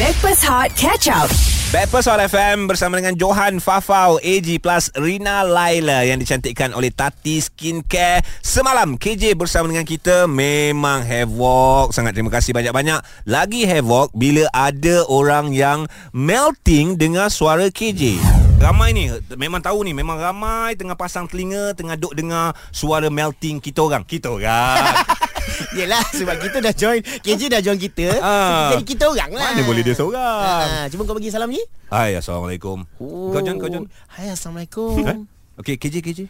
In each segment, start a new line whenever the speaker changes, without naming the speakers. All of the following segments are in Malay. Backpass Hot Catch Up.
Backpast All FM bersama dengan Johan Fafau, AG Plus Rina Laila yang dicantikkan oleh Tati Skincare. Semalam KJ bersama dengan kita memang havoc. Sangat terima kasih banyak-banyak. Lagi havoc bila ada orang yang melting dengar suara KJ. Ramai ni Memang tahu ni Memang ramai Tengah pasang telinga Tengah duk dengar Suara melting kita orang Kita orang
Yelah sebab kita dah join KJ dah join kita
Ah.
Jadi kita orang lah
Mana boleh dia seorang
ah, Cuba kau bagi salam ni
Hai Assalamualaikum Kau jangan Kau jangan Eh?
Hai Assalamualaikum
Okay KJ KJ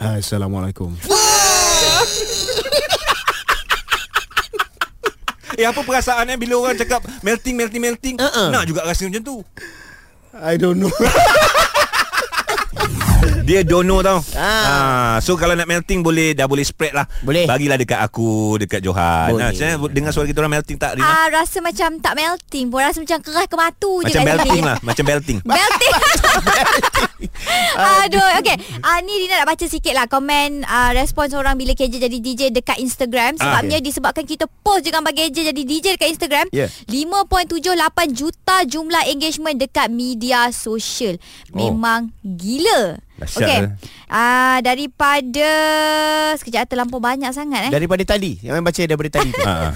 Assalamualaikum
Eh apa perasaan eh bila orang cakap melting melting melting
Uh-uh.
nak juga rasa macam tu.
I don't know
Dia dono tau. Ah.
Ah.
so kalau nak melting boleh dah boleh spread lah.
Boleh.
Bagilah dekat aku, dekat Johan. Nah,
Boleh.
saya dengar suara kita orang melting tak Rina?
Ah, rasa macam tak melting pun Rasa macam keras ke matu je
macam
kat
melting
sini.
lah, macam melting.
Melting Aduh Okay uh, Ni Rina nak baca sikit lah Komen uh, Respons orang Bila KJ jadi DJ Dekat Instagram
Ah,
Sebabnya disebabkan kita Post je gambar KJ Jadi DJ dekat Instagram
Ya.
5.78 juta jumlah engagement Dekat media sosial Memang gila
Oh. Dahsyat
Okay
lah.
uh, Daripada Sekejap terlampau banyak sangat eh
Daripada tadi Yang main baca daripada tadi tu.
Ah.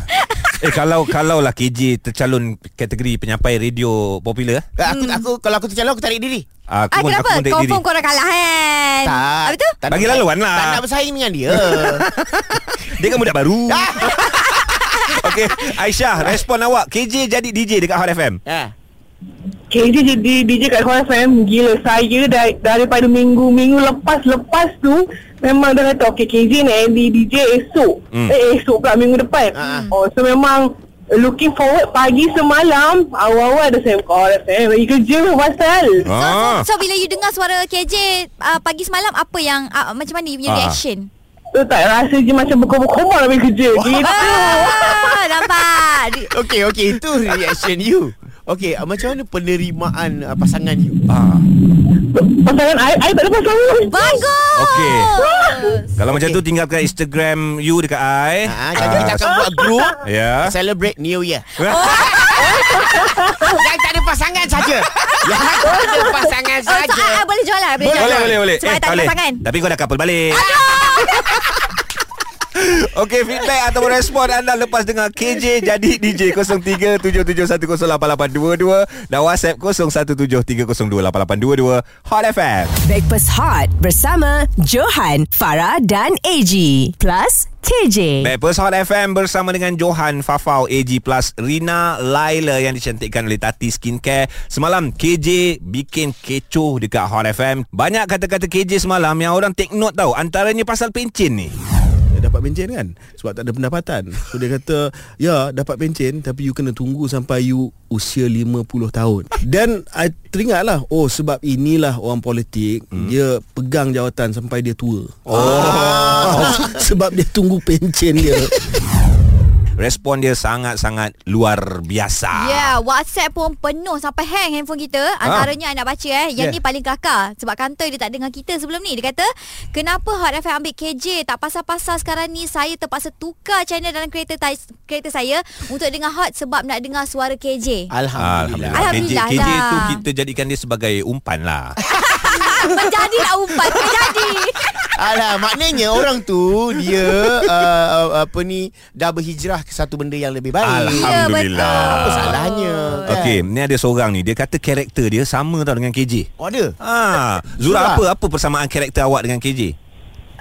Eh kalau kalau lah KJ tercalon kategori penyampai radio popular eh,
Ah, Aku, aku Kalau aku tercalon aku tarik diri
Ah,
aku pun aku
kenapa?
pun tarik diri.
Confirm korang kalah kan? Apa tu?
tak nak
Bagi
bersaing-
laluan lah.
Tak nak bersaing dengan dia
Dia kan budak baru.
Ah.
Okey, Aisyah, respon awak KJ jadi DJ dekat Hot FM.
ah.
KJ jadi DJ kat Hot FM Gila saya dari, daripada minggu Minggu lepas-lepas tu Memang dah kata Okay KJ nak jadi DJ esok
Hmm.
hmm. Eh esok pula minggu depan
Ah.
Oh so memang eh, Looking forward pagi semalam Awal-awal ada saya buka Hot FM Bagi kerja pun pasal
So,
Ah.
so, so bila you dengar suara KJ uh, pagi semalam apa yang uh, macam mana you punya
Ah.
uh. reaction?
Tu tak rasa je macam berkobar-kobar habis kerja Gitu
Ah, nampak.
Okay okay Itu reaction you Okay ah, macam mana penerimaan ah, pasangan you
Ah.
Pasangan I, I tak ada pasangan
Bagus. Oh,
Okey. Kalau okay. macam
Okey.
tu tinggalkan Instagram you dekat I.
ah, Jadi kita akan buat Oh, group
Ya.
Celebrate New Year Yang tak ada pasangan saja Yang tak ada pasangan
Oh, so,
saja
I, I boleh jual lah. Boleh,
Boleh
jual.
boleh Eh, boleh.
Sebab I tak ada pasangan.
Tapi kau dah couple balik. Okey, feedback ataupun respon anda lepas dengar KJ jadi DJ 0377108822 dan WhatsApp 0173028822 Hot FM.
Backpass Hot bersama Johan, Farah dan AG. Plus KJ.
Backpast Hot FM bersama dengan Johan Fafau AG Plus Rina Laila yang dicantikkan oleh Tati Skincare. Semalam KJ bikin kecoh dekat Hot FM. Banyak kata-kata KJ semalam yang orang take note tau. Antaranya pasal pencin ni.
Dia dapat pencen kan Sebab tak ada pendapatan So dia kata Ya dapat pencen Tapi you kena tunggu Sampai you Usia 50 tahun Dan I teringat lah Oh sebab inilah Orang politik hmm. Dia pegang jawatan Sampai dia tua Oh Sebab dia tunggu pencen dia
Respon dia sangat-sangat luar
Ah.
biasa.
Yeah, Ya, WhatsApp pun penuh sampai hang handphone kita. Antaranya ha. nak baca eh. Yang
Yeah.
yeah. ni paling kelakar sebab kantor dia tak dengar kita sebelum ni. Dia kata, "Kenapa Hot FM ambil KJ? Tak pasal-pasal sekarang ni saya terpaksa tukar channel dalam kereta tai- kereta saya untuk dengar Hot sebab nak dengar suara KJ."
Alhamdulillah
Alhamdulillah
KJ, KJ
lah.
tu kita jadikan dia sebagai umpan lah.
menjadi nak Ah, umpan, menjadi.
Alah, maknanya orang tu dia uh, apa ni dah berhijrah ke satu benda yang lebih
Ya,
baik.
Alhamdulillah.
Apa salahnya? kan?
Okey, ni ada seorang ni. Dia kata karakter dia sama tau dengan KJ.
Oh ada.
Ah, Zura,
Zura.
apa apa persamaan karakter awak dengan KJ?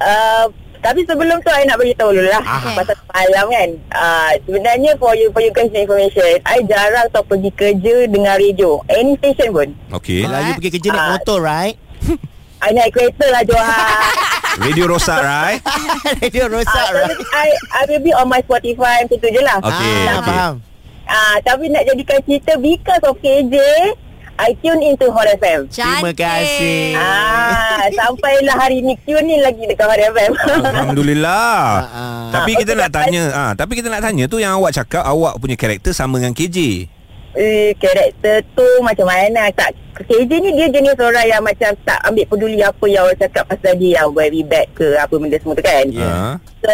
Uh, tapi sebelum tu, I nak beritahu dulu lah
Okay.
Pasal semalam kan uh, Sebenarnya for you, for you guys information I jarang tau pergi kerja dengan radio Any station pun
Okey.
Kalau you Eh, pergi kerja naik
Ah.
motor right?
I naik kereta lah Johan
Radio rosak Rai.
dia rosak
Ah,
right?
tapi I, I will be on my Spotify Macam tu je lah
Ah. Okey,
ah,
okey.
faham.
Ah, Tapi nak jadikan cerita Because of KJ I tune into Hot FM
Terima
Cantik.
kasih.
Ah, sampailah hari ni Tune in lagi dekat Hot FM
Alhamdulillah.
Ah, ah.
Tapi kita nak tanya, ah, tapi kita nak tanya tu yang awak cakap awak punya karakter sama dengan KJ.
Eh, karakter tu macam mana tak
KJ ni dia jenis orang yang macam tak ambil peduli apa yang orang cakap pasal dia yang very bad ke apa benda semua tu kan.
Ya.
Yeah.
So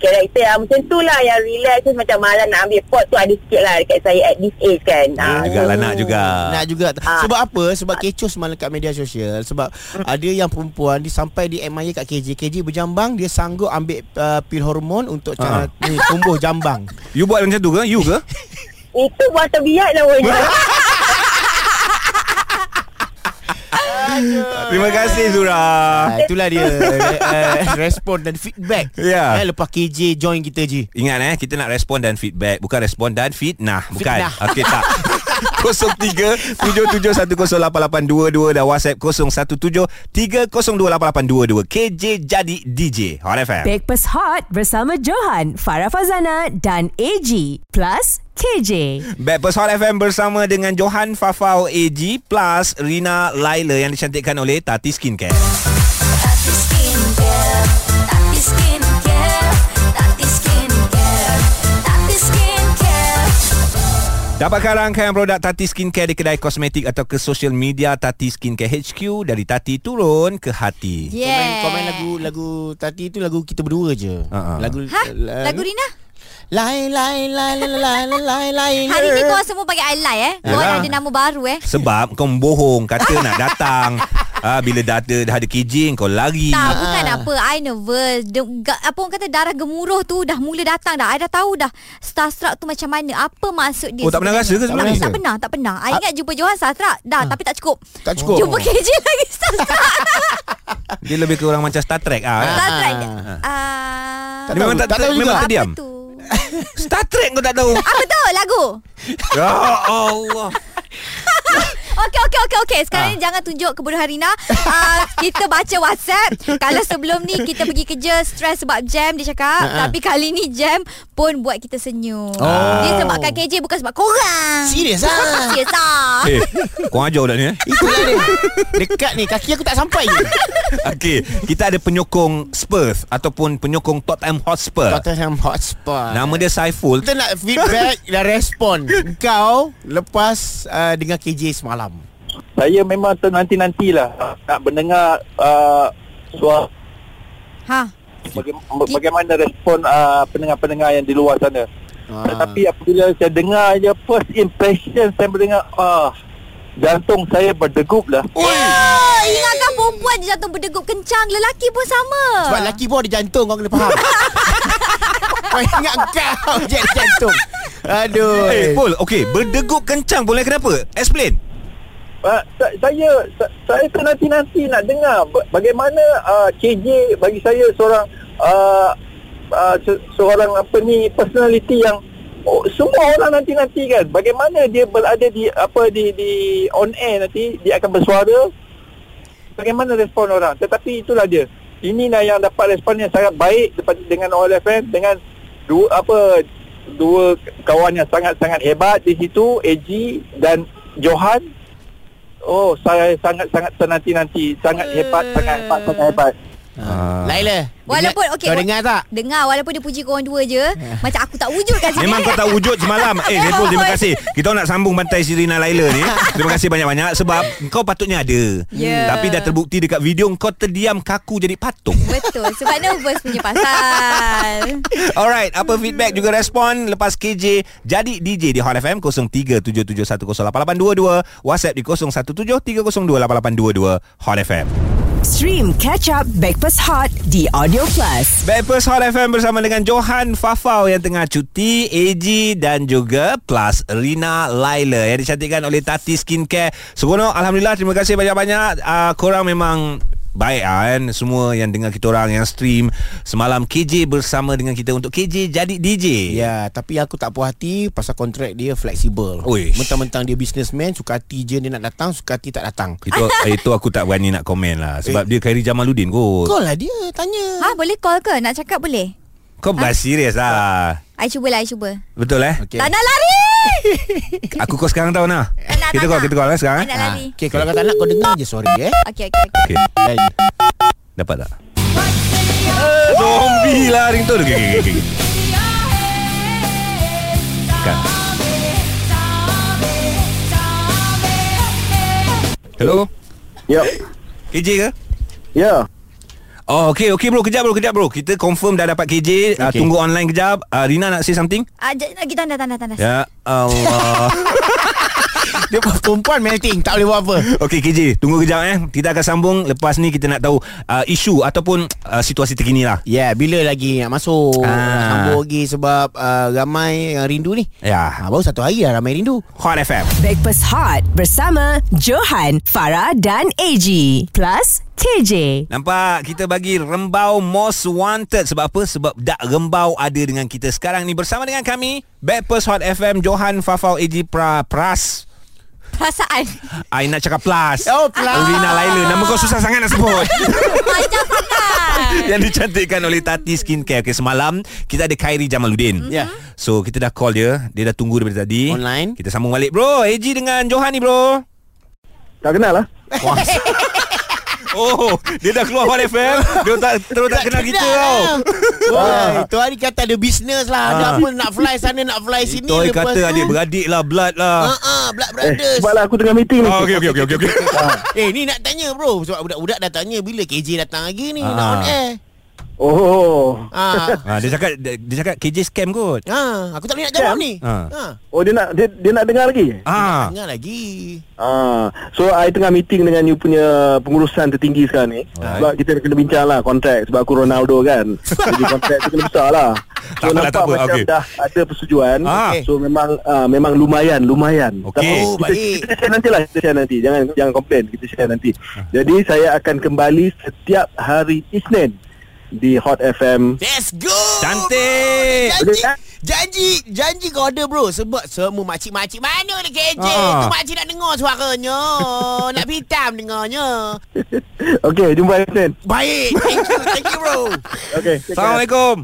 karakter yang macam tu lah yang relax tu macam malas nak ambil pot tu ada sikit lah dekat saya at this age kan.
Ha.
Ah,
Juga lah nak juga.
Oh. Nak juga
Ah.
Sebab apa Sebab kecoh semalam Kat media sosial Sebab ada yang perempuan Dia sampai di admire kat KJ KJ berjambang Dia sanggup ambil uh, Pil hormon Untuk cara ni, tumbuh jambang
You buat macam tu ke? You ke?
Itu lah, buatan biak namanya.
Terima kasih Zura.
Ah, Itulah dia uh, Respon dan feedback
Ya.
eh, Lepas KJ join kita je
Ingat eh Kita nak respon dan feedback Bukan respon dan fitnah Bukan
Fitnah.
Okey tak 03-77108822 Dan WhatsApp 0173028822 KJ Jadi DJ Hot FM
Breakfast Hot bersama Johan, Farah Fazana dan AG plus KJ.
Backpast Hot FM bersama dengan Johan Fafau AG Plus Rina Laila yang dicantikkan oleh Tati Skincare
Tati Skincare, Tati Skincare, Tati Skincare, Tati Skincare.
Dapatkan rangkaian produk Tati Skincare di kedai kosmetik atau ke social media Tati Skincare HQ dari Tati turun ke hati.
Yeah.
Komen, komen lagu lagu Tati tu lagu kita berdua je.
ah.
Lagu eh,
Ha? Lagu Rina?
Lai lai lai lai lai lai lai.
Hari ni
Ya.
korang semua pakai alai eh.
Yalah.
Korang ada nama baru eh.
Sebab kau membohong kata nak datang. Ah bila dah ada dah ada kijing kau lari.
Tak, bukan apa. I nervous. De, ga, apa orang kata darah gemuruh tu dah mula datang dah. I dah tahu dah starstruck tu macam mana. Apa maksud dia
Oh, tak pernah
sebenarnya.
rasa ke sebenarnya? Ah.
Tak, tak pernah, tak pernah. I ingat jumpa Johan starstruck. Dah, tapi tak cukup.
Tak cukup.
Jumpa KJ lagi starstruck.
Dia lebih ke orang macam Star Trek ah.
starstruck. Ah.
Dia memang tak,
Tak tahu
memang
juga.
tak diam.
Apa tu?
Star Trek kau tak tahu.
Apa tu lagu?
ya Allah.
Okey okey okey okey. Sekarang
Ah.
ni jangan tunjuk kebodohan Rina. Uh, kita baca WhatsApp. Kalau sebelum ni kita pergi kerja stres sebab jam dia
Ah,
cakap, tapi kali ni jam pun buat kita senyum.
Oh.
Dia sebabkan KJ bukan sebab korang.
Serius ah.
Serius ah.
Eh, kau ajar dah ni eh.
Itulah dia. Dekat ni kaki aku tak sampai je.
Okey, kita ada penyokong Spurs ataupun penyokong Tottenham Hotspur.
Tottenham Hotspur.
Nama dia Saiful.
kita nak feedback dan respon kau lepas uh, dengar KJ semalam.
Saya memang nanti-nantilah nak mendengar uh, suara
Ha.
baga- bagaimana respon uh, pendengar-pendengar yang di luar sana.
Ah.
Tetapi apabila saya dengar je first impression saya mendengar ah jantung saya berdegup lah.
Oh, ingatkan perempuan dia jantung berdegup kencang, lelaki pun sama.
Sebab lelaki pun ada jantung Kau kena faham Kau ingat kau je ada jantung Aduh
Eh, Paul, okey, berdegup kencang boleh kenapa? Explain.
Uh, saya sa- saya tu nanti-nanti nak dengar ba- bagaimana uh, KJ bagi saya seorang uh, uh, se- seorang apa ni personality yang oh, semua orang nanti-nanti kan bagaimana dia berada di apa di di on air nanti dia akan bersuara bagaimana respon orang tetapi itulah dia inilah yang dapat respon yang sangat baik daripada- dengan OLFM dengan dua apa dua kawan yang sangat-sangat hebat di situ AG dan Johan Oh, saya sangat-sangat ternanti-nanti. Sangat hebat, sangat hebat, sangat hebat.
Ah. Laila
Walaupun
dengar-
okey.
Kau dengar tak Eh.
Dengar walaupun dia puji korang dua je, macam aku tak wujudkan sini.
Memang kau tak wujud semalam Eh Saiful terima kasih Kita nak sambung bantai Sirina Laila ni Terima kasih banyak-banyak Sebab kau patutnya ada
Ya.
Tapi dah terbukti dekat video Kau terdiam kaku jadi patung
Betul Sebab nervous punya pasal
Alright Apa feedback juga respon Lepas KJ Jadi DJ di Hot FM 0377108822 WhatsApp di 0173028822 Hot FM
Stream Catch Up Breakfast Hot di Audio Plus.
Breakfast Hot FM bersama dengan Johan Fafau yang tengah cuti, AG dan juga plus Rina Laila yang dicantikkan oleh Tati Skincare. Seronok, Alhamdulillah. Terima kasih banyak-banyak. Uh, korang memang Baik lah kan Semua yang dengar kita orang Yang stream Semalam KJ bersama dengan kita Untuk KJ jadi DJ
Ya, tapi aku tak puas hati pasal kontrak dia fleksibel.
Uish.
Mentang-mentang dia businessman, suka hati je dia nak datang, suka hati tak datang.
Itu itu aku tak berani nak komen lah Sebab dia Khairi Jamaluddin kot Kau,
Kau lah dia tanya.
Ha boleh call ke Nak cakap boleh
kau bukan serius lah
I cubalah I cuba
Betul eh
Okey.
Tak nak lari
Aku kau sekarang tau nah
Tak nak,
Kita
tak
call
nak.
Kita call lah
I
sekarang
nak
eh?
lari
Ah, Okey, kalau kau tak nak kau dengar je sorry eh.
Okay okay, okay.
Okay
Lain.
Dapat tak? Eh, Zombie lah ringtone okay, okay, okay. Kan.
Tabe, tabe, tabe, eh,
Hello
Ya.
KJ ke?
Ya.
Oh okay okay bro Kejap bro kejap bro Kita confirm dah dapat KJ okay. uh, Tunggu online kejap uh, Rina nak say something?
Ah, jap lagi tanda tanda tanda.
Ya Allah
Dia perempuan melting Tak boleh buat apa
Okey KJ Tunggu kejap eh Kita akan sambung Lepas ni kita nak tahu uh, Isu ataupun uh, Situasi terkini lah
Ya yeah, bila lagi nak masuk
Ah.
Sambung lagi sebab uh, Ramai yang rindu ni
Ya
ha, Baru satu hari dah ramai rindu
Hot FM
Breakfast Hot bersama Johan, Farah dan AG. Plus KJ.
Nampak kita bagi Rembau Most Wanted Sebab apa? Sebab Dak Rembau ada dengan kita sekarang ni Bersama dengan kami Backpast Hot FM Johan Fafau AG pra, Pras
Perasaan.
I nak cakap plus
Oh, plus.
Rina Laila Nama kau susah sangat nak sebut
Macam perasaan.
Yang dicantikkan oleh Tati Skincare Okay semalam Kita ada Khairi Jamaluddin
Ya.
So kita dah call dia Dia dah tunggu daripada tadi
Online.
Kita sambung balik Bro AG dengan Johan ni bro
Tak kenal lah.
Wah. Oh Dia dah keluar Hot FM Dia tak, terus tak kenal kita tau
Ah.
Wah, lah. Ah, itu hari kata ada bisnes lah. Ada apa nak fly sana, nak fly sini.
Toy Ah. kata adik-beradik lah Blood lah
Ah, ah, Black
Eh,
Brothers.
sebab lah aku tengah meeting ni.
Ah, okay, okay, okay, okay, okay.
Eh, ni nak tanya bro. Sebab budak-budak dah tanya bila KJ datang lagi ni. Nak
Ah.
on air.
Oh.
Ah.
Ha, dia cakap dia, dia cakap KJ scam kot.
ah, aku tak boleh nak
Ya.
jawab ni.
Ah.
Ah.
Oh dia nak dia, dia nak dengar lagi.
Ah.
Dengar lagi.
Ah, so I tengah meeting dengan you punya pengurusan tertinggi sekarang ni.
Alright.
Sebab kita kena bincang lah kontrak sebab aku Ronaldo kan. Jadi kontrak tu kena besar lah.
Tak apalah, tak apa,
macam
okey.
dah ada persetujuan.
Ah.
So memang ah, memang lumayan, lumayan.
Okey.
Tapi
Oh,
kita,
baik.
kita share nanti lah, kita share nanti. Jangan jangan komplain, kita share nanti. Jadi saya akan kembali setiap hari Isnin di Hot FM.
Let's go.
Cantik.
Janji,
Boleh tak?
janji, janji kau ada bro Sebab semua makcik-makcik Mana ni KJ
Ah.
Tu makcik nak dengar suaranya Nak pitam dengarnya
Okey, jumpa Isnin.
Baik Thank you, thank you bro
Okey. take care.
Assalamualaikum.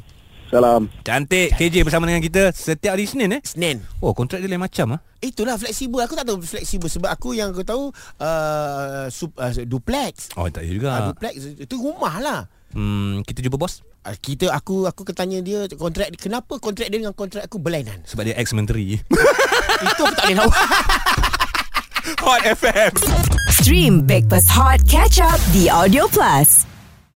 Salam.
Cantik KJ bersama dengan kita setiap hari Senin eh.
Senin
Oh, kontrak dia lain macam ah.
Itulah fleksibel Aku tak tahu fleksibel Sebab aku yang aku tahu uh, sub, uh, Duplex
Oh, tak ada
uh.
juga.
Uh, Duplex Itu rumah lah
Hmm, kita jumpa bos
Ah, kita aku aku ketanya dia kontrak dia- kenapa kontrak dia dengan kontrak aku berlainan
sebab dia ex menteri.
itu aku tak boleh nak
Hot FM.
Stream Breakfast Hot Catch Up The Audio Plus.